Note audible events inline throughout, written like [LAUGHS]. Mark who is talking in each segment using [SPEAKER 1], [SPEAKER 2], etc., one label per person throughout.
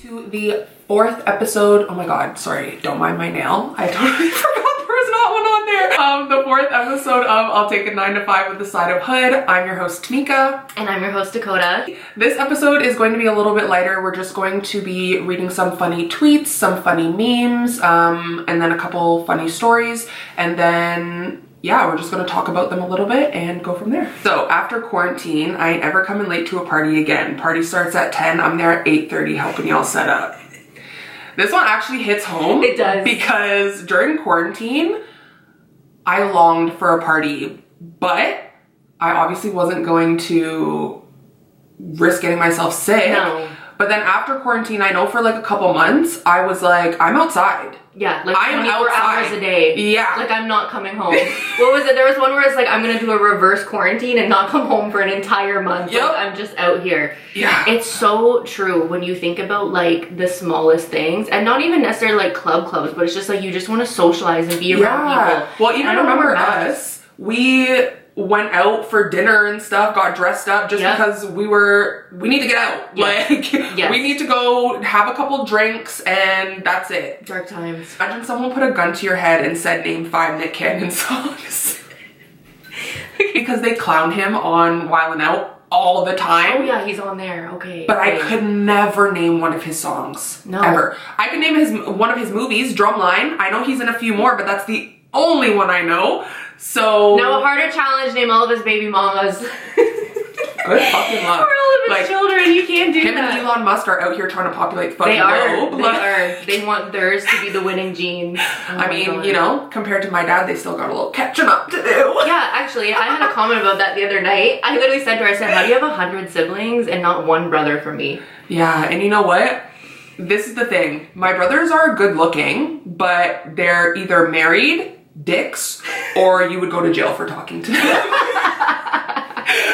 [SPEAKER 1] to the fourth episode. Oh my god, sorry, don't mind my nail. I totally [LAUGHS] forgot there was not one on there. Um, the fourth episode of I'll Take a 9 to 5 with the Side of Hood. I'm your host, Tamika.
[SPEAKER 2] And I'm your host, Dakota.
[SPEAKER 1] This episode is going to be a little bit lighter. We're just going to be reading some funny tweets, some funny memes, um, and then a couple funny stories. And then, yeah, we're just going to talk about them a little bit and go from there. So after quarantine, I ain't ever coming late to a party again. Party starts at 10. I'm there at 8.30 helping y'all set up. This one actually hits home.
[SPEAKER 2] It does.
[SPEAKER 1] Because during quarantine, I longed for a party, but I obviously wasn't going to risk getting myself sick.
[SPEAKER 2] No.
[SPEAKER 1] But then after quarantine, I know for like a couple months, I was like, I'm outside.
[SPEAKER 2] Yeah, like
[SPEAKER 1] I am
[SPEAKER 2] 24
[SPEAKER 1] outside.
[SPEAKER 2] hours a day.
[SPEAKER 1] Yeah.
[SPEAKER 2] Like I'm not coming home.
[SPEAKER 1] [LAUGHS]
[SPEAKER 2] what was it? There was one where it's like I'm gonna do a reverse quarantine and not come home for an entire month.
[SPEAKER 1] Yep.
[SPEAKER 2] Like, I'm just out here.
[SPEAKER 1] Yeah.
[SPEAKER 2] It's so true when you think about like the smallest things and not even necessarily like club clubs, but it's just like you just want to socialize and be around people.
[SPEAKER 1] Well,
[SPEAKER 2] And I
[SPEAKER 1] even
[SPEAKER 2] don't
[SPEAKER 1] remember
[SPEAKER 2] that.
[SPEAKER 1] us, we went out for dinner and stuff, got dressed up just
[SPEAKER 2] Yeah.
[SPEAKER 1] because we were, we need to get out.
[SPEAKER 2] Yeah.
[SPEAKER 1] Like,
[SPEAKER 2] Yes.
[SPEAKER 1] we need to go have a couple drinks and that's it.
[SPEAKER 2] Dark times.
[SPEAKER 1] Imagine someone put a gun to your head and said, name five Nick Cannon songs. [LAUGHS] because they clown him on While and Out all the time.
[SPEAKER 2] Oh yeah, he's on there. Okay.
[SPEAKER 1] But I
[SPEAKER 2] okay.
[SPEAKER 1] could never name one of his songs.
[SPEAKER 2] No.
[SPEAKER 1] Ever. I could name his one of his movies, Drumline. I know he's in a few more, but that's the only one I know. So
[SPEAKER 2] Now a harder challenge. Name all of his baby mamas.
[SPEAKER 1] [LAUGHS]
[SPEAKER 2] [LAUGHS]
[SPEAKER 1] good fucking
[SPEAKER 2] We're all
[SPEAKER 1] luck.
[SPEAKER 2] of his
[SPEAKER 1] Like,
[SPEAKER 2] children. You can't do
[SPEAKER 1] Him
[SPEAKER 2] that.
[SPEAKER 1] and Elon Musk are out here trying to populate the fucking
[SPEAKER 2] They are.
[SPEAKER 1] globe.
[SPEAKER 2] They
[SPEAKER 1] Like,
[SPEAKER 2] are. They want theirs to be the winning gene.
[SPEAKER 1] [LAUGHS] I mean, you know, compared to my dad, they still got a little catching up to do.
[SPEAKER 2] Yeah, actually, I had a comment about that the other night. I literally said to her, I said, How do you have a hundred siblings and not one brother from me?
[SPEAKER 1] Yeah, and you know what? This is the thing. My brothers are good looking, but they're either married, dicks, or you would go to jail for talking to them. [LAUGHS]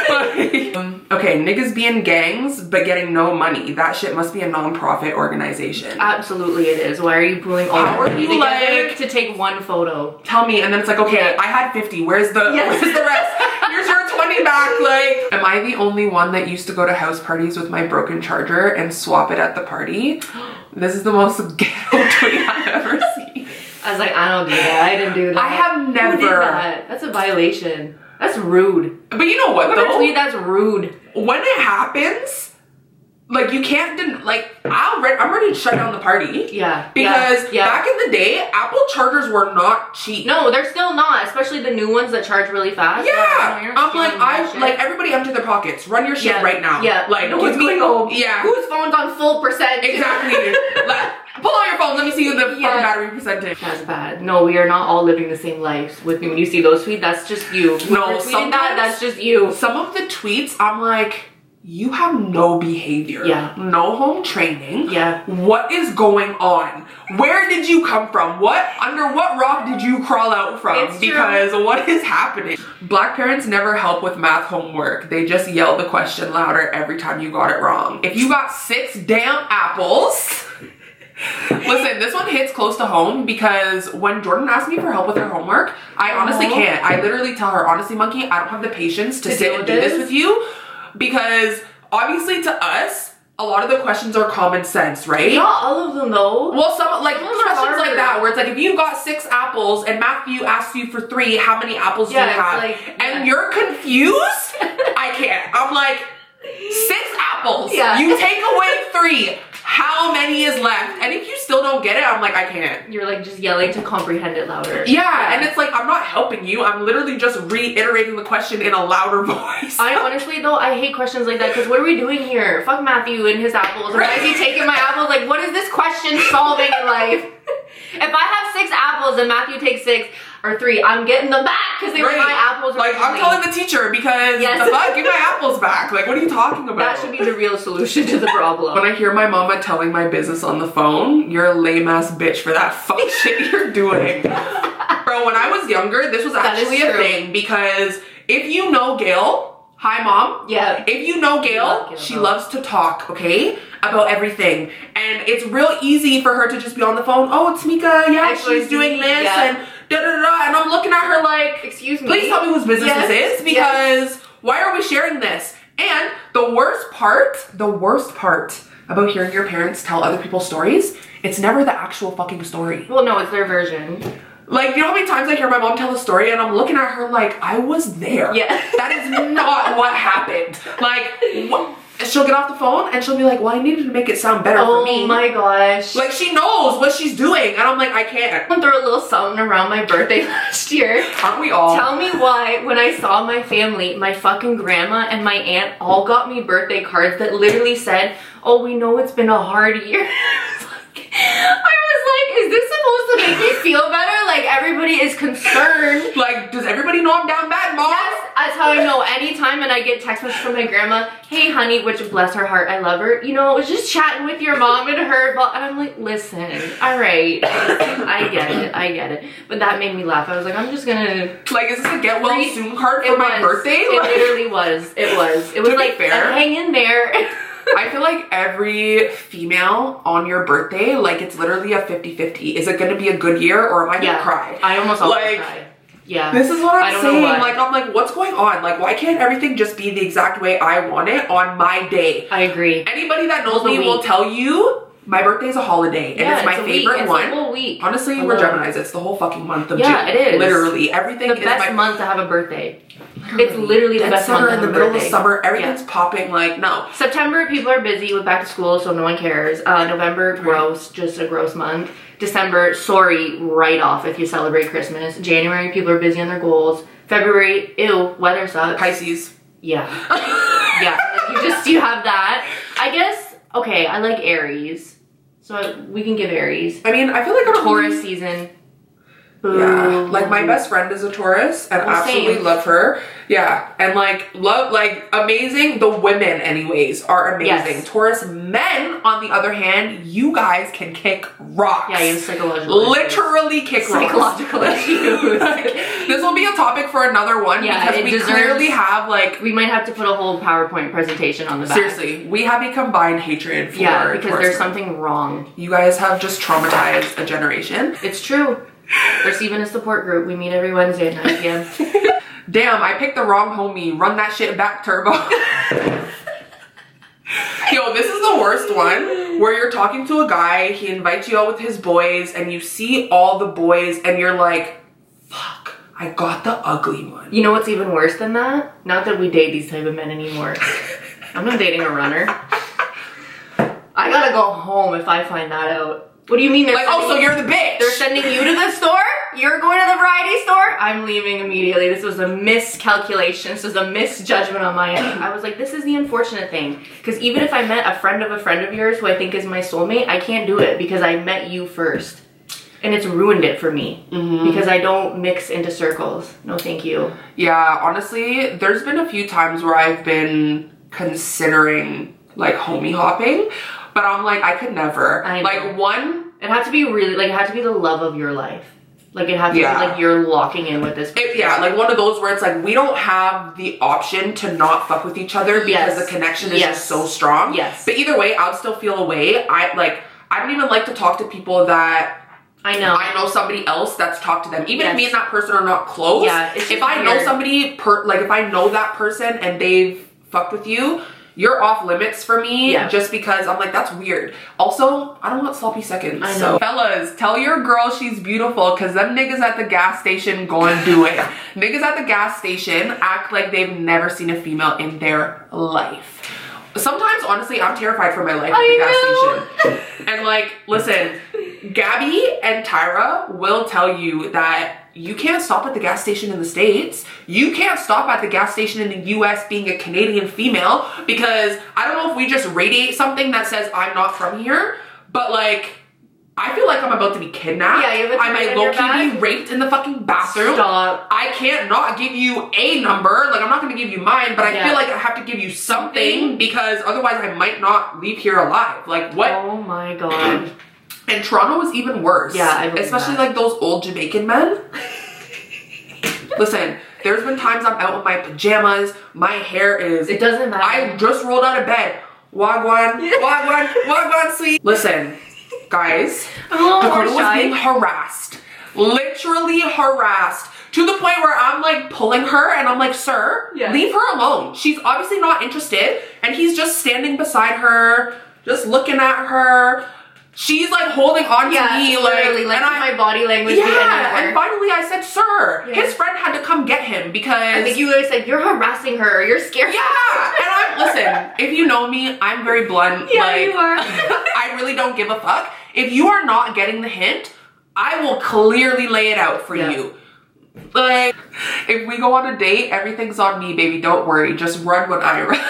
[SPEAKER 1] Like, um, okay, niggas be in gangs but getting no money. That shit must be a non-profit organization.
[SPEAKER 2] Absolutely it is. Why are you pulling all
[SPEAKER 1] How
[SPEAKER 2] of
[SPEAKER 1] are
[SPEAKER 2] you
[SPEAKER 1] you
[SPEAKER 2] together
[SPEAKER 1] like-
[SPEAKER 2] to take one photo?
[SPEAKER 1] Tell me, and then it's like, okay, I had 50. Where's the
[SPEAKER 2] Yes.
[SPEAKER 1] where's the rest? Here's your 20 back. Like, am I the only one that used to go to house parties with my broken charger and swap it at the
[SPEAKER 2] [GASPS]
[SPEAKER 1] party? This is the most [LAUGHS] ghetto tweet I've ever seen.
[SPEAKER 2] I was like, I don't do that. I didn't do that.
[SPEAKER 1] I have
[SPEAKER 2] Who did
[SPEAKER 1] never.
[SPEAKER 2] that? That's a violation. That's rude.
[SPEAKER 1] But you know what
[SPEAKER 2] Whoever tweeted
[SPEAKER 1] though?
[SPEAKER 2] that's rude.
[SPEAKER 1] When it happens, like you can't den- like I'll re- I'm ready to shut down the party.
[SPEAKER 2] Yeah.
[SPEAKER 1] Because
[SPEAKER 2] yeah, yeah.
[SPEAKER 1] back in the day, Apple chargers were not cheap.
[SPEAKER 2] No, they're still not, especially the new ones that charge really fast. "Oh,
[SPEAKER 1] Yeah,
[SPEAKER 2] you're
[SPEAKER 1] I'm like
[SPEAKER 2] stealing my
[SPEAKER 1] I
[SPEAKER 2] shit.
[SPEAKER 1] like everybody empty their pockets. Run your shit
[SPEAKER 2] Yeah,
[SPEAKER 1] right now.
[SPEAKER 2] yeah.
[SPEAKER 1] like
[SPEAKER 2] No
[SPEAKER 1] give
[SPEAKER 2] one's
[SPEAKER 1] me-
[SPEAKER 2] going home.
[SPEAKER 1] Yeah,
[SPEAKER 2] [LAUGHS] Whose phone's on full percent?
[SPEAKER 1] exactly.
[SPEAKER 2] [LAUGHS]
[SPEAKER 1] like, pull out your phone. Let me see the fucking
[SPEAKER 2] Yeah.
[SPEAKER 1] battery percentage.
[SPEAKER 2] That's bad. No, we are not all living the same lives. With me, when you see those tweets, that's just you. When
[SPEAKER 1] No,
[SPEAKER 2] you're tweeting that,
[SPEAKER 1] sometimes-
[SPEAKER 2] that's just you.
[SPEAKER 1] Some of the tweets, I'm like, you have no behavior.
[SPEAKER 2] Yeah.
[SPEAKER 1] No home training.
[SPEAKER 2] Yeah.
[SPEAKER 1] What is going on? Where did you come from? What under what rock did you crawl out from?
[SPEAKER 2] It's true.
[SPEAKER 1] because what is happening? Black parents never help with math homework. They just yell the question louder every time you got it wrong. If you got six damn apples. [LAUGHS] Listen, this one hits close to home because when Jordan asked me for help with her homework, I honestly
[SPEAKER 2] Aw.
[SPEAKER 1] can't. I literally tell her, honestly, monkey, I don't have the patience to,
[SPEAKER 2] To
[SPEAKER 1] sit
[SPEAKER 2] deal
[SPEAKER 1] and
[SPEAKER 2] with
[SPEAKER 1] do this
[SPEAKER 2] this?
[SPEAKER 1] with you because obviously to us, a lot of the questions are common sense, right?
[SPEAKER 2] Not all of them though.
[SPEAKER 1] Well, some like
[SPEAKER 2] Some of them are
[SPEAKER 1] questions like
[SPEAKER 2] harder.
[SPEAKER 1] that, where it's like if you got six apples and Matthew asks you for three, how many apples
[SPEAKER 2] Yeah,
[SPEAKER 1] do you
[SPEAKER 2] it's
[SPEAKER 1] have?
[SPEAKER 2] like-
[SPEAKER 1] And
[SPEAKER 2] yeah.
[SPEAKER 1] you're
[SPEAKER 2] [LAUGHS]
[SPEAKER 1] confused. I can't. I'm like six apples.
[SPEAKER 2] Yeah.
[SPEAKER 1] You take away three. How many is left? And if you still don't get it, I'm like I can't.
[SPEAKER 2] You're like just yelling to comprehend it louder.
[SPEAKER 1] Yeah, and it's like I'm not helping you. I'm literally just reiterating the question in a louder [LAUGHS] voice.
[SPEAKER 2] I honestly though I hate questions like that because what are we doing here? Fuck Matthew and his apples. Or why is he taking my apples? Like what is this question solving
[SPEAKER 1] [LAUGHS]
[SPEAKER 2] in life? if I have six apples and Matthew takes six or three, I'm getting them back because they
[SPEAKER 1] Right.
[SPEAKER 2] were my apples.
[SPEAKER 1] Like I'm
[SPEAKER 2] originally.
[SPEAKER 1] telling the teacher because
[SPEAKER 2] Yes.
[SPEAKER 1] the fuck, give my apples back. Like what are you talking about?
[SPEAKER 2] That should be the real solution to the problem.
[SPEAKER 1] When I hear my mama telling my business on the phone, you're a lame ass bitch for that fuck
[SPEAKER 2] [LAUGHS]
[SPEAKER 1] shit you're doing. Bro, when I was younger, this was
[SPEAKER 2] That is
[SPEAKER 1] actually a
[SPEAKER 2] true.
[SPEAKER 1] thing because if you know Gail, hi mom.
[SPEAKER 2] Yeah.
[SPEAKER 1] If you know Gail,
[SPEAKER 2] love Gail,
[SPEAKER 1] she
[SPEAKER 2] though.
[SPEAKER 1] loves to talk, okay? About everything. And it's real easy for her to just be on the phone, oh, it's Mika, yeah,
[SPEAKER 2] XYZ,
[SPEAKER 1] she's doing this,
[SPEAKER 2] yeah.
[SPEAKER 1] and da da da. And I'm looking at her like,
[SPEAKER 2] Excuse me.
[SPEAKER 1] Please tell me whose business this
[SPEAKER 2] Yes,
[SPEAKER 1] is because why are we sharing this? And the worst part, the worst part about hearing your parents tell other people's stories, it's never the actual fucking story.
[SPEAKER 2] Well, no, it's their version.
[SPEAKER 1] Like, you know how many times I hear my mom tell the story and I'm looking at her like, I was there.
[SPEAKER 2] Yeah.
[SPEAKER 1] [LAUGHS] That is not what happened. Like, what? she'll get off the phone and she'll be like, Well, I needed to make it sound better
[SPEAKER 2] Oh
[SPEAKER 1] for me.
[SPEAKER 2] my gosh.
[SPEAKER 1] like, she knows what she's doing. And I'm like, I can't.
[SPEAKER 2] I went through a little something around my birthday [LAUGHS] last year.
[SPEAKER 1] Aren't we all?
[SPEAKER 2] Tell me why, when I saw my family, my fucking grandma and my aunt all got me birthday cards that literally said, Oh, we know it's been a hard year. [LAUGHS] I was like, I was like, Is this supposed to make me feel better? Like, everybody is concerned.
[SPEAKER 1] like, does everybody know I'm down bad, mom?
[SPEAKER 2] That's, that's how I know anytime and I get text messages from my grandma, Hey, honey, which bless her heart, I love her. You know, I was just chatting with your mom and her, but and I'm like, Listen, all right. I get it, I get it. But that made me laugh. I was like, I'm just gonna.
[SPEAKER 1] Like, is this a get well
[SPEAKER 2] Read-
[SPEAKER 1] soon card for my birthday?
[SPEAKER 2] It
[SPEAKER 1] Like-
[SPEAKER 2] literally was. It was. It was
[SPEAKER 1] To be
[SPEAKER 2] like uh,
[SPEAKER 1] fair-
[SPEAKER 2] hang in there.
[SPEAKER 1] [LAUGHS] I feel like every female on your birthday, like it's literally a 50-50. Is it gonna be a good year or am I gonna cry?
[SPEAKER 2] I almost always
[SPEAKER 1] Like,
[SPEAKER 2] cried. Yeah.
[SPEAKER 1] This is what
[SPEAKER 2] I
[SPEAKER 1] I'm
[SPEAKER 2] don't know
[SPEAKER 1] saying.
[SPEAKER 2] why.
[SPEAKER 1] Like I'm like, what's going on? Like why can't everything just be the exact way I want it on my day?
[SPEAKER 2] I agree.
[SPEAKER 1] Anybody that knows
[SPEAKER 2] It's a
[SPEAKER 1] me will
[SPEAKER 2] week.
[SPEAKER 1] tell you my birthday is a holiday and it's my
[SPEAKER 2] a week.
[SPEAKER 1] favorite
[SPEAKER 2] It's
[SPEAKER 1] one.
[SPEAKER 2] A whole week.
[SPEAKER 1] Honestly,
[SPEAKER 2] Hello.
[SPEAKER 1] we're Gemini's. It's the whole fucking month of
[SPEAKER 2] Yeah,
[SPEAKER 1] June.
[SPEAKER 2] it is.
[SPEAKER 1] Literally, everything
[SPEAKER 2] The
[SPEAKER 1] is
[SPEAKER 2] best
[SPEAKER 1] my
[SPEAKER 2] month to have a birthday. It's literally the
[SPEAKER 1] Dead
[SPEAKER 2] best
[SPEAKER 1] summer
[SPEAKER 2] month to
[SPEAKER 1] in
[SPEAKER 2] have
[SPEAKER 1] the
[SPEAKER 2] a
[SPEAKER 1] middle of
[SPEAKER 2] birthday.
[SPEAKER 1] summer. Everything's popping. Like no,
[SPEAKER 2] September, people are busy with back to school, so no one cares. Uh, November, gross, just a gross month. December, sorry, right off if you celebrate Christmas. January, people are busy on their goals. February, ew, weather sucks.
[SPEAKER 1] Pisces.
[SPEAKER 2] Yeah. [LAUGHS] yeah. You just you have that. I guess okay, I like Aries. So I- we can give Aries.
[SPEAKER 1] I mean, I feel like I'm
[SPEAKER 2] Taurus season. Boo.
[SPEAKER 1] Yeah, like my best friend is a Taurus, and
[SPEAKER 2] Well,
[SPEAKER 1] absolutely
[SPEAKER 2] same.
[SPEAKER 1] love her. Yeah, and like love, like amazing. The women, anyways, are amazing.
[SPEAKER 2] Yes.
[SPEAKER 1] Taurus men, on the other hand, you guys can kick rocks.
[SPEAKER 2] Yeah, you have psychological. issues.
[SPEAKER 1] literally kick rocks. [LAUGHS]
[SPEAKER 2] psychological issues.
[SPEAKER 1] this will be a topic for another one
[SPEAKER 2] Yeah,
[SPEAKER 1] because
[SPEAKER 2] it
[SPEAKER 1] we
[SPEAKER 2] deserves-
[SPEAKER 1] clearly have like
[SPEAKER 2] We might have to put a whole PowerPoint presentation on the back.
[SPEAKER 1] seriously, we have a combined hatred for
[SPEAKER 2] Yeah, because
[SPEAKER 1] Taurus
[SPEAKER 2] there's
[SPEAKER 1] men.
[SPEAKER 2] something wrong.
[SPEAKER 1] You guys have just traumatized a generation.
[SPEAKER 2] It's true. There's even a support group. We meet every Wednesday at 9 p.m.
[SPEAKER 1] Damn, I picked the wrong homie. Run that shit back,
[SPEAKER 2] [LAUGHS]
[SPEAKER 1] Turbo. Yo, this is the worst one where you're talking to a guy, he invites you out with his boys, and you see all the boys, and you're like, fuck, I got the ugly
[SPEAKER 2] [LAUGHS]
[SPEAKER 1] one.
[SPEAKER 2] You know what's even worse than that? Not that we date these type of men anymore. I'm not dating a runner. I gotta go home if I find that out. What do you mean? They're
[SPEAKER 1] Like, oh, so
[SPEAKER 2] sending-
[SPEAKER 1] you're the bitch.
[SPEAKER 2] they're sending you to the store? You're going to the variety store? I'm leaving immediately. This was a miscalculation. This was a misjudgment on my end. I was like, this is the unfortunate thing. Because even if I met a friend of a friend of yours who I think is my soulmate, I can't do it because I met you first. And it's ruined it for me
[SPEAKER 1] Mm-hmm.
[SPEAKER 2] because I don't mix into circles. No, thank you.
[SPEAKER 1] yeah, honestly, there's been a few times where I've been considering like homie hopping, but I'm like, I could never.
[SPEAKER 2] I know.
[SPEAKER 1] Like, one,
[SPEAKER 2] It had to be really like it had to be the love of your life. Like it had to
[SPEAKER 1] Yeah.
[SPEAKER 2] be like you're locking in with this.
[SPEAKER 1] It- yeah, like one of those where it's like we don't have the option to not fuck with each other because
[SPEAKER 2] Yes.
[SPEAKER 1] the connection is
[SPEAKER 2] Yes.
[SPEAKER 1] just so strong.
[SPEAKER 2] Yes.
[SPEAKER 1] But either way, I'd still feel away. I like I don't even like to talk to people that
[SPEAKER 2] I know.
[SPEAKER 1] I know somebody else that's talked to them. Even if
[SPEAKER 2] Yes.
[SPEAKER 1] me and that person are not close.
[SPEAKER 2] Yeah, it's
[SPEAKER 1] If
[SPEAKER 2] just
[SPEAKER 1] I know
[SPEAKER 2] weird.
[SPEAKER 1] somebody per like if I know that person and they've fucked with you, you're off limits for me
[SPEAKER 2] Yeah.
[SPEAKER 1] just because I'm like, that's weird. Also, I don't want sloppy seconds.
[SPEAKER 2] I
[SPEAKER 1] So
[SPEAKER 2] know.
[SPEAKER 1] fellas, tell your girl she's beautiful because them niggas at the gas station going do
[SPEAKER 2] [LAUGHS]
[SPEAKER 1] it. niggas at the gas station act like they've never seen a female in their life. Sometimes honestly I'm terrified for my life at the gas
[SPEAKER 2] I
[SPEAKER 1] station. And like, listen, Gabby and Tyra will tell you that you can't stop at the gas station in the States. You can't stop at the gas station in the US being a Canadian female because I don't know if we just radiate something that says I'm not from here, but like I feel like I'm about to be kidnapped.
[SPEAKER 2] Yeah, you have a
[SPEAKER 1] I might
[SPEAKER 2] target on your
[SPEAKER 1] low-key be
[SPEAKER 2] back.
[SPEAKER 1] raped in the fucking bathroom.
[SPEAKER 2] Stop.
[SPEAKER 1] I can't not give you a number. Like I'm not gonna give you mine, but I
[SPEAKER 2] Yeah.
[SPEAKER 1] feel like I have to give you something because otherwise I might not leave here alive. Like what
[SPEAKER 2] Oh my
[SPEAKER 1] [CLEARS THROAT]
[SPEAKER 2] god.
[SPEAKER 1] and Toronto was even worse.
[SPEAKER 2] Yeah, I believe
[SPEAKER 1] especially
[SPEAKER 2] that.
[SPEAKER 1] like those old Jamaican men. [LAUGHS] Listen, there's been times I'm out with my pajamas, my hair is.
[SPEAKER 2] It doesn't matter.
[SPEAKER 1] I just rolled out of bed.
[SPEAKER 2] [LAUGHS]
[SPEAKER 1] Wagwan, wagwan, wagwan, sweet. Listen,
[SPEAKER 2] [LAUGHS]
[SPEAKER 1] guys,
[SPEAKER 2] I'm a little
[SPEAKER 1] Dakota
[SPEAKER 2] more
[SPEAKER 1] was being
[SPEAKER 2] shy.
[SPEAKER 1] harassed, literally harassed. To the point where I'm like pulling her and I'm like, sir,
[SPEAKER 2] Yeah.
[SPEAKER 1] leave her alone. She's obviously not interested, and he's just standing beside her, just looking at her. She's like holding on to
[SPEAKER 2] Yeah,
[SPEAKER 1] me, like,
[SPEAKER 2] literally, like
[SPEAKER 1] and I,
[SPEAKER 2] my body language. be
[SPEAKER 1] yeah.
[SPEAKER 2] anywhere.
[SPEAKER 1] And finally, I said, "Sir,"
[SPEAKER 2] Yeah.
[SPEAKER 1] his friend had to come get him because
[SPEAKER 2] I think you literally said you're harassing her. You're scared.
[SPEAKER 1] Yeah, and I'm listen. If you know me, I'm very blunt.
[SPEAKER 2] Yeah,
[SPEAKER 1] like,
[SPEAKER 2] you are.
[SPEAKER 1] [LAUGHS] I really don't give a fuck. If you are not getting the hint, I will clearly lay it out for
[SPEAKER 2] Yeah.
[SPEAKER 1] you. Like, if we go on a date, everything's on me, baby. Don't worry. Just run when I run.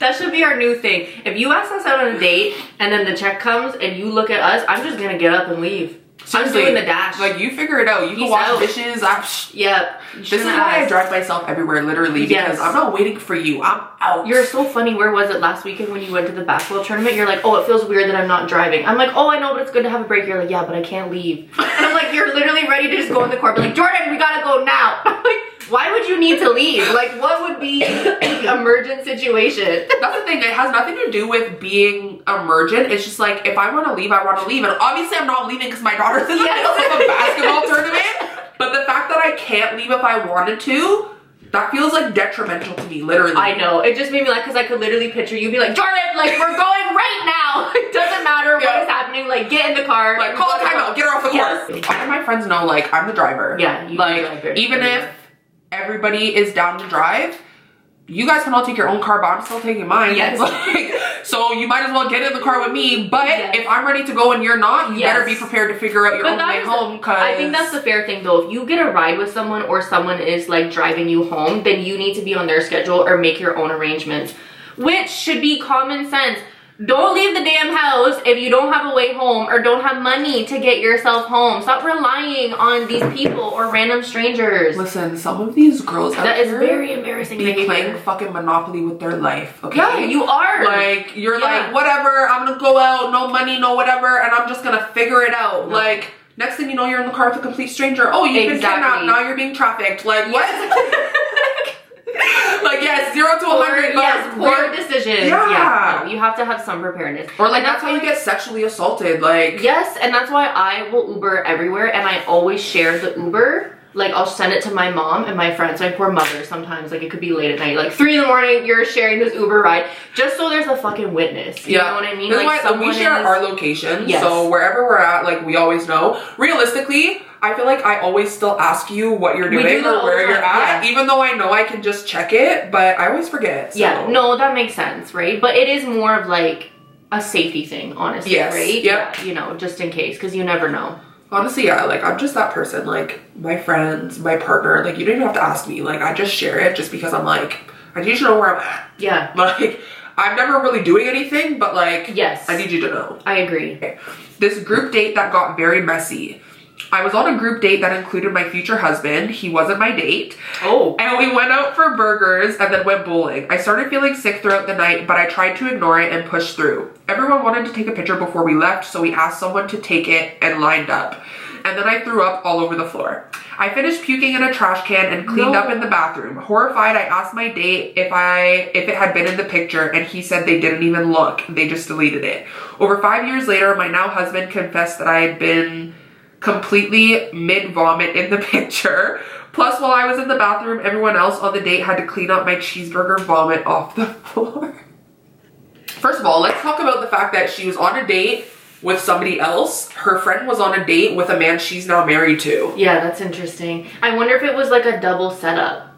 [SPEAKER 2] That should be our new thing. If you ask us out on a date and then the check comes and you look at us, I'm just gonna get up and leave.
[SPEAKER 1] Seriously,
[SPEAKER 2] [LAUGHS] I'm doing the dash.
[SPEAKER 1] Like, you figure it out. You can
[SPEAKER 2] Peace
[SPEAKER 1] wash
[SPEAKER 2] out.
[SPEAKER 1] dishes. I'm. Sh-
[SPEAKER 2] yep.
[SPEAKER 1] this is why I drive myself everywhere, literally, because
[SPEAKER 2] Yes.
[SPEAKER 1] I'm not waiting for you. I'm out.
[SPEAKER 2] You're so funny. Where was it last weekend when you went to the basketball tournament? You're like, oh, it feels weird that I'm not driving. I'm like, oh, I know, but it's good to have a break. You're like, yeah, but I can't leave. And I'm like, you're literally ready to just go in the court. But like, Jordan, we gotta go now. [LAUGHS] I'm like, why would you need to leave? Like, what would be the emergent situation?
[SPEAKER 1] That's the thing. It has nothing to do with being emergent. It's just like if I want to leave, I want to leave, and obviously I'm not leaving because my daughter's in the
[SPEAKER 2] Yes.
[SPEAKER 1] middle of a basketball tournament. But the fact that I can't leave if I wanted to, that feels like detrimental to me. Literally,
[SPEAKER 2] I know. It just made me like, because I could literally picture you be like, Jordan, like, we're going right now. [LAUGHS] It doesn't matter what is
[SPEAKER 1] Yeah.
[SPEAKER 2] happening. Like, get in the car.
[SPEAKER 1] Like call a timeout, get her off the
[SPEAKER 2] Yes.
[SPEAKER 1] court. All of my friends know like I'm the driver.
[SPEAKER 2] Yeah, you
[SPEAKER 1] like
[SPEAKER 2] drive very-
[SPEAKER 1] even if everybody is down to drive. You guys can all take your own car, but I'm still taking mine. [LAUGHS]
[SPEAKER 2] Yes.
[SPEAKER 1] Like, so you might as well get in the car with me. But
[SPEAKER 2] Yes.
[SPEAKER 1] if I'm ready to go and you're not, you
[SPEAKER 2] Yes.
[SPEAKER 1] better be prepared to figure out your
[SPEAKER 2] But
[SPEAKER 1] own
[SPEAKER 2] that
[SPEAKER 1] way
[SPEAKER 2] is-
[SPEAKER 1] home. Cause
[SPEAKER 2] I think that's the fair thing though. If you get a ride with someone or someone is like driving you home, then you need to be on their schedule or make your own arrangements, which should be common sense. Don't leave the damn house if you don't have a way home or don't have money to get yourself home. Stop relying on these people or random strangers.
[SPEAKER 1] Listen, some of these girls out
[SPEAKER 2] That is
[SPEAKER 1] here
[SPEAKER 2] very embarrassing.
[SPEAKER 1] be playing
[SPEAKER 2] behavior.
[SPEAKER 1] fucking Monopoly with their life. Okay,
[SPEAKER 2] Yeah, you are.
[SPEAKER 1] like you're
[SPEAKER 2] Yeah.
[SPEAKER 1] like whatever. I'm gonna go out, no money, no whatever, and I'm just gonna figure it out.
[SPEAKER 2] No.
[SPEAKER 1] Like next thing you know, you're in the car with a complete stranger. Oh, you've
[SPEAKER 2] Exactly.
[SPEAKER 1] been kidnapped. Now you're being trafficked. Like what? [LAUGHS] like yes, zero to a
[SPEAKER 2] Poor,
[SPEAKER 1] hundred. but
[SPEAKER 2] yes, poor
[SPEAKER 1] we're-
[SPEAKER 2] decisions.
[SPEAKER 1] Yeah.
[SPEAKER 2] Yeah. no, you have to have some preparedness.
[SPEAKER 1] Or like
[SPEAKER 2] And
[SPEAKER 1] that's how you
[SPEAKER 2] why-
[SPEAKER 1] get sexually assaulted. Like
[SPEAKER 2] Yes, and that's why I will Uber everywhere, and I always share the Uber. Like I'll send it to my mom and my friends, my poor mother. Sometimes like it could be late at night, like three in the morning. You're sharing this Uber ride just so there's a fucking witness. You know what I mean?
[SPEAKER 1] This is
[SPEAKER 2] like
[SPEAKER 1] why we share
[SPEAKER 2] is-
[SPEAKER 1] our location,
[SPEAKER 2] Yes.
[SPEAKER 1] so wherever we're at, like we always know. Realistically, I feel like I always still ask you what you're
[SPEAKER 2] We
[SPEAKER 1] doing
[SPEAKER 2] do that all
[SPEAKER 1] or
[SPEAKER 2] the
[SPEAKER 1] where you're
[SPEAKER 2] time,
[SPEAKER 1] at, even though I know I can just check it, but I always forget. So.
[SPEAKER 2] Yeah, no, that makes sense, right? But it is more of like a safety thing, honestly,
[SPEAKER 1] Yes,
[SPEAKER 2] right?
[SPEAKER 1] yep.
[SPEAKER 2] Yeah, you know, just in case, because you never know.
[SPEAKER 1] Honestly, yeah, like I'm just that person. Like my friends, my partner, like you don't even have to ask me. Like I just share it just because I'm like, I need you to know where I'm at. [LAUGHS]
[SPEAKER 2] Yeah,
[SPEAKER 1] Like I'm never really doing anything, but like
[SPEAKER 2] Yes.
[SPEAKER 1] I need you to know.
[SPEAKER 2] I agree.
[SPEAKER 1] this group date that got very messy. I was on a group date that included my future husband. He wasn't my date.
[SPEAKER 2] Oh,
[SPEAKER 1] And we went out for burgers and then went bowling. I started feeling sick throughout the night, but I tried to ignore it and push through. Everyone wanted to take a picture before we left, so we asked someone to take it and lined up. And then I threw up all over the floor. I finished puking in a trash can and cleaned
[SPEAKER 2] No.
[SPEAKER 1] up in the bathroom. Horrified, I asked my date if I if it had been in the picture and he said they didn't even look. They just deleted it. Over 5 years later, my now husband confessed that I had been completely mid vomit in the [LAUGHS] picture. Plus, while I was in the bathroom, everyone else on the date had to clean up my cheeseburger vomit off the [LAUGHS] floor. First of all, let's talk about the fact that she was on a date with somebody else. Her friend was on a date with a man she's now married to.
[SPEAKER 2] yeah, that's interesting. I wonder if it was like a double setup.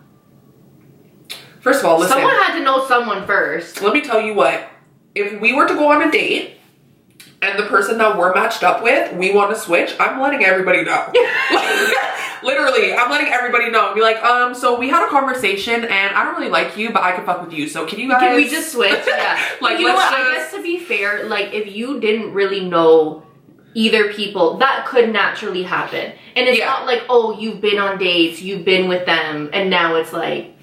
[SPEAKER 1] First of all, listen.
[SPEAKER 2] Someone had to know someone first.
[SPEAKER 1] let me tell you what. If we were to go on a date and the person that we're matched up with, we want to switch, I'm letting everybody
[SPEAKER 2] [LAUGHS]
[SPEAKER 1] know. [LAUGHS] Literally, I'm letting everybody know. Be like, um, so we had a conversation and I don't really like you, but I could fuck with you. So can you guys
[SPEAKER 2] Can we
[SPEAKER 1] [LAUGHS]
[SPEAKER 2] just switch? Yeah.
[SPEAKER 1] Like,
[SPEAKER 2] like, you know
[SPEAKER 1] let's
[SPEAKER 2] what? I
[SPEAKER 1] just-
[SPEAKER 2] guess to be fair, like, if you didn't really know either people, that could naturally happen. And it's
[SPEAKER 1] Yeah.
[SPEAKER 2] not like, oh, you've been on dates, you've been with them, and now it's like,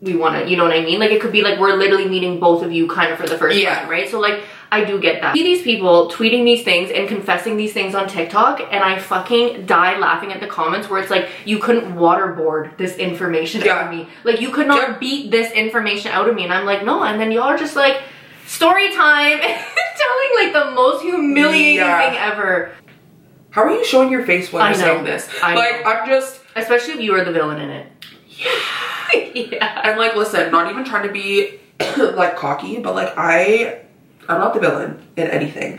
[SPEAKER 2] we want to, you know what I mean? Like, it could be like we're literally meeting both of you kind of for the first
[SPEAKER 1] Yeah.
[SPEAKER 2] time, right? So, like, I do get that. See these people tweeting these things and confessing these things on TikTok, and I fucking die laughing at the comments where it's like, you couldn't waterboard this information out
[SPEAKER 1] Yeah.
[SPEAKER 2] of me. Like, you could not
[SPEAKER 1] Yeah.
[SPEAKER 2] beat this information out of me. And I'm like, no. And then y'all are just like, story time, [LAUGHS] telling like the most humiliating
[SPEAKER 1] Yeah.
[SPEAKER 2] thing ever.
[SPEAKER 1] How are you showing your face when
[SPEAKER 2] I
[SPEAKER 1] I'm
[SPEAKER 2] know.
[SPEAKER 1] saying this?
[SPEAKER 2] I know.
[SPEAKER 1] like I'm just
[SPEAKER 2] Especially if you are the villain in it. Yeah. yeah.
[SPEAKER 1] [COUGHS] and like listen, not even trying to be like cocky, but like I I'm not the villain in anything.
[SPEAKER 2] in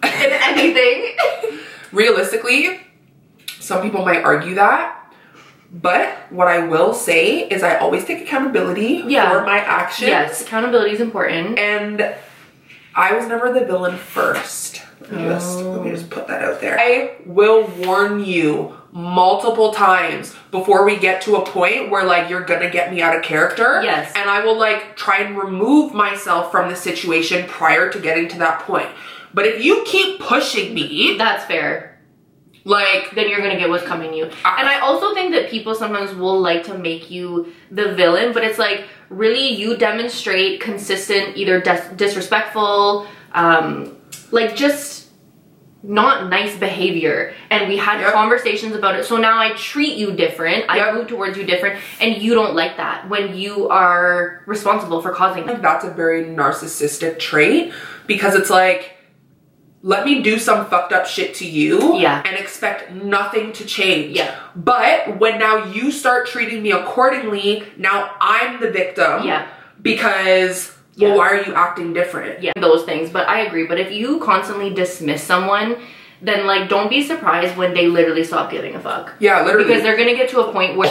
[SPEAKER 1] [LAUGHS]
[SPEAKER 2] anything.
[SPEAKER 1] Realistically, some people might argue that. But what I will say is I always take accountability
[SPEAKER 2] Yeah.
[SPEAKER 1] for my actions.
[SPEAKER 2] yes, accountability is important.
[SPEAKER 1] And I was never the villain first. Let me, just, let me just put that out there. I will warn you multiple times before we get to a point where like you're gonna get me out of character.
[SPEAKER 2] Yes.
[SPEAKER 1] And I will like try and remove myself from the situation prior to getting to that point. But if you keep pushing me,
[SPEAKER 2] That's fair.
[SPEAKER 1] like
[SPEAKER 2] then you're gonna get what's coming to you.
[SPEAKER 1] Ah.
[SPEAKER 2] and I also think that people sometimes will like to make you the villain, but it's like really you demonstrate consistent, either dis- disrespectful, um, like just not nice behavior. And we had
[SPEAKER 1] Yep.
[SPEAKER 2] conversations about it. So now I treat you different. I
[SPEAKER 1] Yep.
[SPEAKER 2] move towards you different, and you don't like that when you are responsible for causing that.
[SPEAKER 1] think that's a very narcissistic trait because it's like let me do some fucked up shit to you
[SPEAKER 2] Yeah.
[SPEAKER 1] and expect nothing to change.
[SPEAKER 2] Yeah.
[SPEAKER 1] But when now you start treating me accordingly, now I'm the victim.
[SPEAKER 2] Yeah.
[SPEAKER 1] Because well,
[SPEAKER 2] Yeah.
[SPEAKER 1] why are you acting different?
[SPEAKER 2] yeah, those things. But I agree. But if you constantly dismiss someone, then like don't be surprised when they literally stop giving a fuck.
[SPEAKER 1] Yeah, literally.
[SPEAKER 2] Because they're gonna get to a point where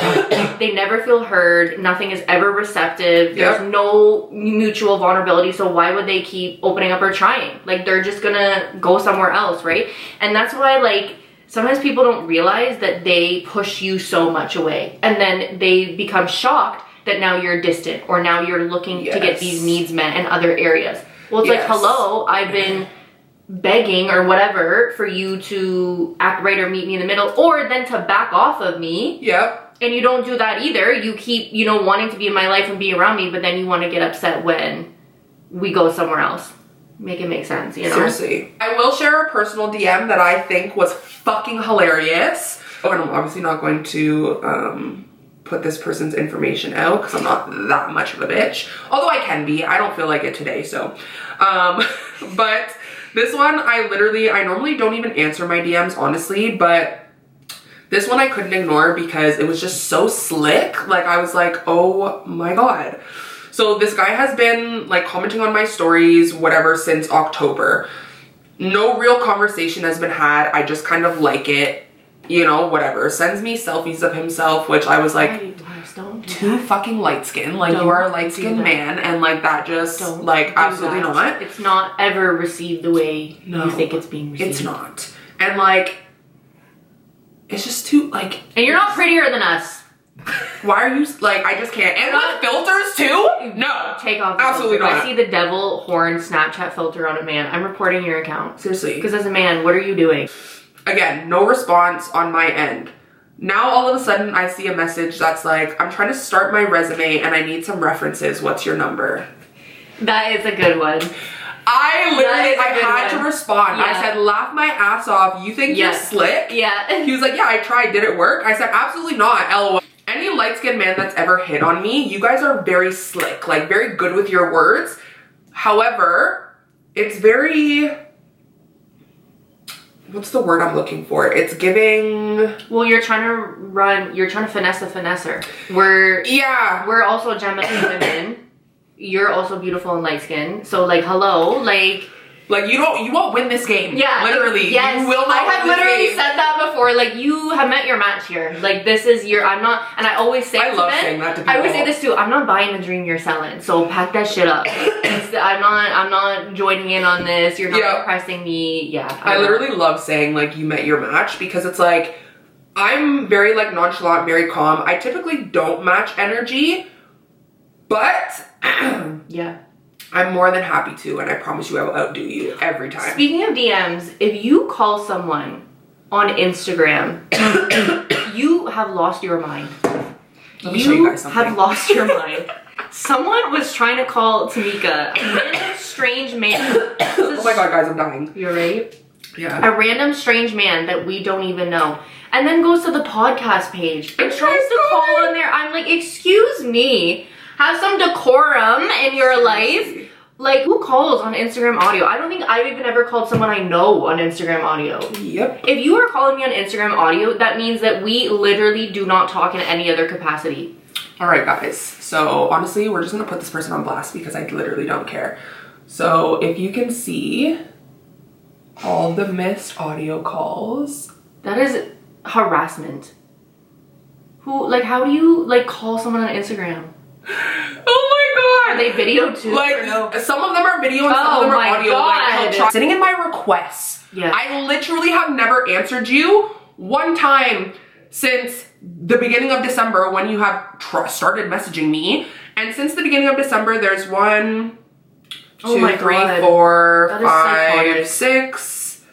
[SPEAKER 2] [COUGHS] they never feel heard, nothing is ever receptive, there's
[SPEAKER 1] Yep.
[SPEAKER 2] no mutual vulnerability, so why would they keep opening up or trying? Like they're just gonna go somewhere else, right? And that's why like sometimes people don't realize that they push you so much away and then they become shocked that now you're distant or now you're looking to get
[SPEAKER 1] Yes.
[SPEAKER 2] these needs met in other areas. Well it's
[SPEAKER 1] Yes.
[SPEAKER 2] like hello, I've been begging or whatever for you to act right or meet me in the middle or then to back off of me
[SPEAKER 1] yep.
[SPEAKER 2] and you don't do that either you keep you know wanting to be in my life and be around me but then you want to get upset when we go somewhere else make it make sense you know
[SPEAKER 1] Seriously. I will share a personal DM that I think was fucking hilarious. Oh, and I'm obviously not going to um, put this person's information out because I'm not that much of a bitch. Although I can be. I don't feel like it today, so. Um, [LAUGHS] but this one, I literally, I normally don't even answer my DMs, honestly, but. This one I couldn't ignore because it was just so slick. Like I was like, oh my god. So this guy has been like commenting on my stories, whatever, since October. No real conversation has been had. I just kind of like it, you know, whatever. Sends me selfies of himself, which I was like,
[SPEAKER 2] Hey, guys, don't do
[SPEAKER 1] too fucking light skin. Like you are a
[SPEAKER 2] Don't
[SPEAKER 1] light skinned
[SPEAKER 2] do that.
[SPEAKER 1] man, and like that just
[SPEAKER 2] Don't
[SPEAKER 1] like
[SPEAKER 2] do
[SPEAKER 1] absolutely
[SPEAKER 2] that.
[SPEAKER 1] not.
[SPEAKER 2] it's not ever received the way
[SPEAKER 1] No.
[SPEAKER 2] you think it's being received
[SPEAKER 1] It's not. And like, it's just too like.
[SPEAKER 2] and you're not prettier than us
[SPEAKER 1] Why are you like? I just can't. And with filters too? No.
[SPEAKER 2] take off the
[SPEAKER 1] Absolutely
[SPEAKER 2] filter.
[SPEAKER 1] not.
[SPEAKER 2] i see the devil horn snapchat filter on a man i'm reporting your account
[SPEAKER 1] Seriously.
[SPEAKER 2] because as a man what are you doing
[SPEAKER 1] Again, no response on my end. Now all of a sudden I see a message that's like, I'm trying to start my resume and I need some references. What's your number?
[SPEAKER 2] that is a good one
[SPEAKER 1] I literally
[SPEAKER 2] is a
[SPEAKER 1] I
[SPEAKER 2] good
[SPEAKER 1] had
[SPEAKER 2] one.
[SPEAKER 1] to respond. I
[SPEAKER 2] Yeah.
[SPEAKER 1] said, laugh my ass off. You think
[SPEAKER 2] Yeah.
[SPEAKER 1] you're slick?
[SPEAKER 2] yeah [LAUGHS]
[SPEAKER 1] He was like, Yeah, I tried. Did it work? I said, Absolutely not. LOL. Any light skinned man that's ever hit on me, you guys are very slick, like very good with your words. However, it's very. What's the word I'm looking for? It's giving.
[SPEAKER 2] Well, you're trying to run. You're trying to finesse a finesser. We're
[SPEAKER 1] Yeah.
[SPEAKER 2] we're also Gemini
[SPEAKER 1] [COUGHS]
[SPEAKER 2] women. You're also beautiful and light skinned So like, hello, like
[SPEAKER 1] Like you don't you won't win this game. [LAUGHS]
[SPEAKER 2] yeah,
[SPEAKER 1] Literally.
[SPEAKER 2] Yes,
[SPEAKER 1] You will not
[SPEAKER 2] I have
[SPEAKER 1] win this
[SPEAKER 2] literally
[SPEAKER 1] game.
[SPEAKER 2] said that before. Like you have met your match here. Like this is your. I'm not. And I always say.
[SPEAKER 1] I
[SPEAKER 2] to
[SPEAKER 1] love
[SPEAKER 2] men,
[SPEAKER 1] saying that to
[SPEAKER 2] I always say
[SPEAKER 1] people.
[SPEAKER 2] this too. I'm not buying the dream you're selling. So pack that shit up. It's- I'm not. I'm not joining in on this. You're not
[SPEAKER 1] Yeah.
[SPEAKER 2] impressing me. Yeah.
[SPEAKER 1] I
[SPEAKER 2] I'm not.
[SPEAKER 1] literally love saying like you met your match because it's like I'm very like nonchalant, very calm. I typically don't match energy, but [CLEARS THROAT] I'm
[SPEAKER 2] Yeah.
[SPEAKER 1] more than happy to, and I promise you I will outdo you every time.
[SPEAKER 2] Speaking of DMs, if you call someone on Instagram, [COUGHS] you have lost your mind.
[SPEAKER 1] Let me show you guys something.
[SPEAKER 2] have
[SPEAKER 1] [LAUGHS]
[SPEAKER 2] lost your mind. Someone was trying to call Tamika,
[SPEAKER 1] [COUGHS]
[SPEAKER 2] a random strange man.
[SPEAKER 1] Oh my god, guys, I'm dying.
[SPEAKER 2] You're right.
[SPEAKER 1] Yeah.
[SPEAKER 2] A random strange man that we don't even know. And then goes to the podcast page
[SPEAKER 1] Oh
[SPEAKER 2] and tries to call on there. I'm like, excuse me. Have some decorum in your life. Like, who calls on Instagram audio? I don't think I've even ever called someone I know on Instagram audio.
[SPEAKER 1] Yep.
[SPEAKER 2] If you are calling me on Instagram audio, that means that we literally do not talk in any other capacity.
[SPEAKER 1] All right, guys. So honestly, we're just gonna put this person on blast because I literally don't care. So if you can see all the missed audio calls,
[SPEAKER 2] That is harassment. Who like how do you like call someone on Instagram?
[SPEAKER 1] oh my
[SPEAKER 2] Are they video too?
[SPEAKER 1] Like
[SPEAKER 2] or no?
[SPEAKER 1] some of them are video and some
[SPEAKER 2] Oh
[SPEAKER 1] of them are
[SPEAKER 2] my
[SPEAKER 1] audio. Like, he'll
[SPEAKER 2] God.
[SPEAKER 1] try- sitting in my requests.
[SPEAKER 2] Yeah.
[SPEAKER 1] I literally have never answered you one time since the beginning of December when you have tr- started messaging me. And since the beginning of December, there's one,
[SPEAKER 2] Oh
[SPEAKER 1] two,
[SPEAKER 2] my
[SPEAKER 1] three,
[SPEAKER 2] God.
[SPEAKER 1] four,
[SPEAKER 2] That is
[SPEAKER 1] five,
[SPEAKER 2] psychotic.
[SPEAKER 1] six,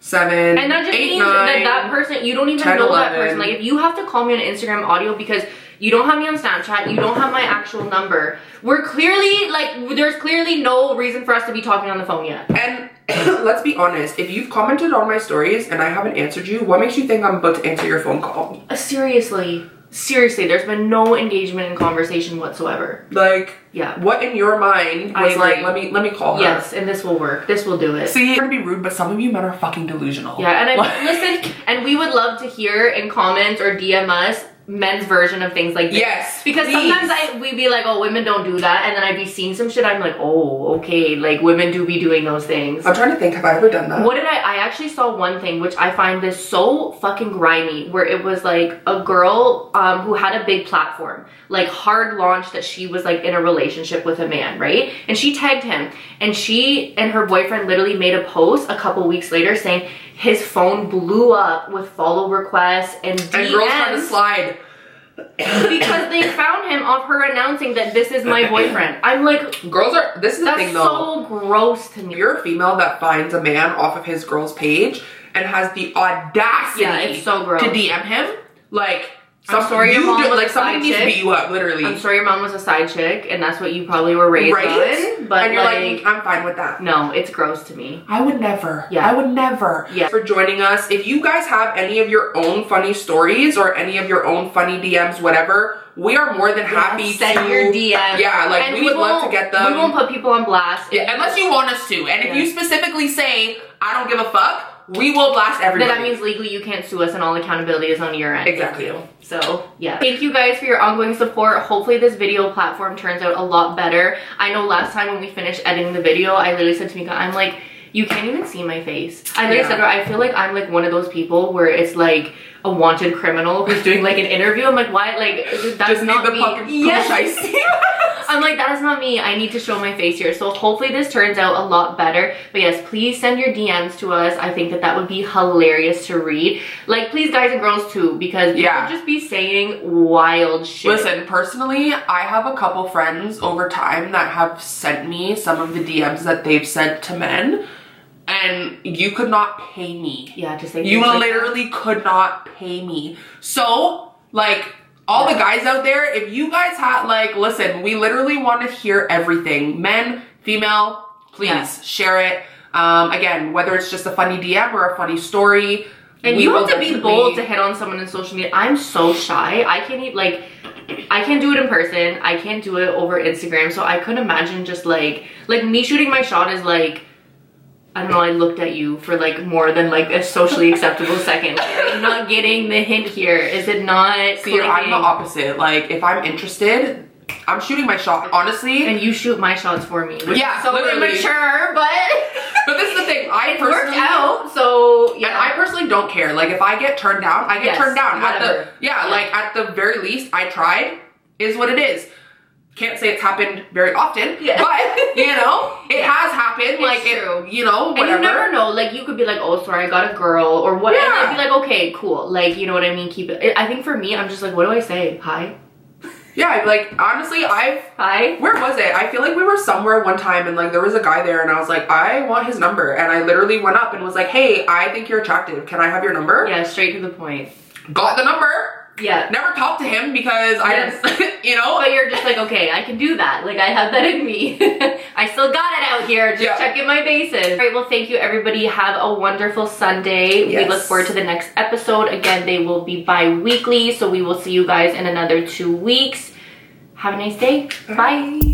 [SPEAKER 1] seven,
[SPEAKER 2] And that just
[SPEAKER 1] eight,
[SPEAKER 2] means that
[SPEAKER 1] nine.
[SPEAKER 2] that person, you don't even
[SPEAKER 1] 10,
[SPEAKER 2] know that
[SPEAKER 1] 11.
[SPEAKER 2] person. Like, if you have to call me on Instagram audio because you don't have me on Snapchat, you don't have my actual number, we're clearly, like, there's clearly no reason for us to be talking on the phone yet.
[SPEAKER 1] And [CLEARS THROAT] let's be honest, if you've commented on my stories and I haven't answered you, what makes you think I'm about to answer your phone call?
[SPEAKER 2] Uh, Seriously. Seriously, there's been no engagement in conversation whatsoever.
[SPEAKER 1] Like,
[SPEAKER 2] Yeah.
[SPEAKER 1] what in your mind
[SPEAKER 2] I
[SPEAKER 1] was like,
[SPEAKER 2] agree.
[SPEAKER 1] let me let me call her?
[SPEAKER 2] Yes, and this will work. This will do it.
[SPEAKER 1] See, I'm gonna be rude, but some of you men are fucking delusional.
[SPEAKER 2] Yeah, and
[SPEAKER 1] [LAUGHS] Like-
[SPEAKER 2] I listen, and we would love to hear in comments or DM us men's version of things like this.
[SPEAKER 1] Yes,
[SPEAKER 2] Because
[SPEAKER 1] please.
[SPEAKER 2] sometimes I we be like, oh, women don't do that, and then I'd be seeing some shit. I'm like, oh, okay, like women do be doing those things.
[SPEAKER 1] I'm trying to think, have I ever done that?
[SPEAKER 2] What did I? I actually saw one thing which I find this so fucking grimy, where it was like a girl um, who had a big platform, like hard launch that she was like in a relationship with a man, right? And she tagged him, and she and her boyfriend literally made a post a couple weeks later saying his phone blew up with follow requests and DMs
[SPEAKER 1] And girls trying to [LAUGHS] slide.
[SPEAKER 2] because they found him of her announcing that this
[SPEAKER 1] [LAUGHS]
[SPEAKER 2] is my boyfriend. I'm like,
[SPEAKER 1] Girls are. This is the
[SPEAKER 2] that's
[SPEAKER 1] thing though.
[SPEAKER 2] so gross to me.
[SPEAKER 1] If you're a female that finds a man off of his girl's page and has the audacity
[SPEAKER 2] Yeah, it's so gross.
[SPEAKER 1] to DM him, like,
[SPEAKER 2] I'm sorry your
[SPEAKER 1] you
[SPEAKER 2] mom
[SPEAKER 1] do-
[SPEAKER 2] was
[SPEAKER 1] like
[SPEAKER 2] a
[SPEAKER 1] somebody
[SPEAKER 2] side
[SPEAKER 1] needs to
[SPEAKER 2] chick.
[SPEAKER 1] beat you up, literally.
[SPEAKER 2] I'm sure your mom was a side chick, and that's what you probably were raised
[SPEAKER 1] right?
[SPEAKER 2] on. But
[SPEAKER 1] and you're
[SPEAKER 2] like,
[SPEAKER 1] like, uh, I'm fine with that.
[SPEAKER 2] no, it's gross to me.
[SPEAKER 1] I would never.
[SPEAKER 2] Yeah.
[SPEAKER 1] I would never.
[SPEAKER 2] Yeah.
[SPEAKER 1] For joining us. If you guys have any of your own funny stories or any of your own funny DMs, whatever, we are more than happy
[SPEAKER 2] send
[SPEAKER 1] to
[SPEAKER 2] your DM.
[SPEAKER 1] Yeah, like
[SPEAKER 2] And
[SPEAKER 1] we, would love to
[SPEAKER 2] won't-
[SPEAKER 1] get them.
[SPEAKER 2] We won't put people on blast.
[SPEAKER 1] Yeah, unless you want us to. And if
[SPEAKER 2] Yeah.
[SPEAKER 1] you specifically say, I don't give a fuck, we will blast
[SPEAKER 2] Then
[SPEAKER 1] everybody.
[SPEAKER 2] that means legally you can't sue us, and all accountability is on your end.
[SPEAKER 1] Exactly.
[SPEAKER 2] So yeah, thank you guys for your ongoing support. Hopefully this video platform turns out a lot better. I know last time when we finished editing the video, I literally said to Mika, I'm like, you can't even see my face. I literally
[SPEAKER 1] Yeah.
[SPEAKER 2] said, to her, I feel like I'm like one of those people where it's like a wanted criminal who's doing like an interview. I'm like, why? Like that's
[SPEAKER 1] Just need
[SPEAKER 2] not
[SPEAKER 1] the
[SPEAKER 2] me.
[SPEAKER 1] fucking
[SPEAKER 2] Yes.
[SPEAKER 1] I see.
[SPEAKER 2] [LAUGHS] I'm like, that is not me. I need to show my face here. So hopefully this turns out a lot better. But yes, please send your DMs to us. I think that that would be hilarious to read. Like, please, guys and girls too, because
[SPEAKER 1] Yeah.
[SPEAKER 2] yeah, just be saying wild shit.
[SPEAKER 1] Listen, personally, I have a couple friends over time that have sent me some of the DMs that they've sent to men, and you could not pay me.
[SPEAKER 2] yeah, to say
[SPEAKER 1] You
[SPEAKER 2] things like-
[SPEAKER 1] literally could not pay me. So, like, all the guys out there, if you guys had, like, listen, we literally want to hear everything. Men, female, please
[SPEAKER 2] Yeah.
[SPEAKER 1] share it. Um, again, whether it's just a funny DM or a funny story.
[SPEAKER 2] And
[SPEAKER 1] we
[SPEAKER 2] you
[SPEAKER 1] will
[SPEAKER 2] have to be
[SPEAKER 1] definitely-
[SPEAKER 2] bold to hit on someone in social media. I'm so shy. I can't even like I can't do it in person. I can't do it over Instagram. So I could imagine just like like me shooting my shot is like I don't know, I looked at you for like more than like a
[SPEAKER 1] [LAUGHS]
[SPEAKER 2] socially acceptable second. I'm not getting the hint here. Is it not
[SPEAKER 1] See, I'm
[SPEAKER 2] clicking?
[SPEAKER 1] the opposite. Like, if I'm interested, I'm shooting my shot, honestly.
[SPEAKER 2] and you shoot my shots for me. Which
[SPEAKER 1] Yeah,
[SPEAKER 2] is so
[SPEAKER 1] literally.
[SPEAKER 2] immature, but [LAUGHS]
[SPEAKER 1] But this is the thing. I
[SPEAKER 2] it worked
[SPEAKER 1] personally
[SPEAKER 2] out. So
[SPEAKER 1] And I
[SPEAKER 2] yeah.
[SPEAKER 1] personally don't care. Like if I get turned down, I get
[SPEAKER 2] Yes,
[SPEAKER 1] turned down. At the
[SPEAKER 2] whatever.
[SPEAKER 1] yeah,
[SPEAKER 2] Yeah.
[SPEAKER 1] like at the very least, I tried. Is what it is. Can't say it's happened very often,
[SPEAKER 2] Yeah.
[SPEAKER 1] but you know,
[SPEAKER 2] [LAUGHS]
[SPEAKER 1] it has happened. like it-
[SPEAKER 2] true.
[SPEAKER 1] you know,
[SPEAKER 2] And
[SPEAKER 1] whatever.
[SPEAKER 2] you never know, like you could be like, oh, sorry, I got a girl, or what? And
[SPEAKER 1] Yeah.
[SPEAKER 2] I'd be like, okay, cool, like you know what I mean. Keep it. I think for me, I'm just like, what do I say? Hi,
[SPEAKER 1] yeah, like honestly, I've
[SPEAKER 2] hi.
[SPEAKER 1] where was it? I feel like we were somewhere one time and like there was a guy there and I was like, I want his number. And I literally went up and was like, Hey, I think you're attractive. Can I have your number?
[SPEAKER 2] Yeah, straight to the point.
[SPEAKER 1] Got the number.
[SPEAKER 2] Yeah.
[SPEAKER 1] Never talked to him because
[SPEAKER 2] Yes.
[SPEAKER 1] I didn't [LAUGHS] you know
[SPEAKER 2] But you're just like, okay, I can do that. Like I have that in me. [LAUGHS] I still got it out here. Just
[SPEAKER 1] Yeah.
[SPEAKER 2] checking my bases. All right. Well, thank you, everybody. Have a wonderful Sunday.
[SPEAKER 1] Yes.
[SPEAKER 2] We look forward to the next episode. Again, they will be bi-weekly, so we will see you guys in another two weeks. Have a nice day. Bye.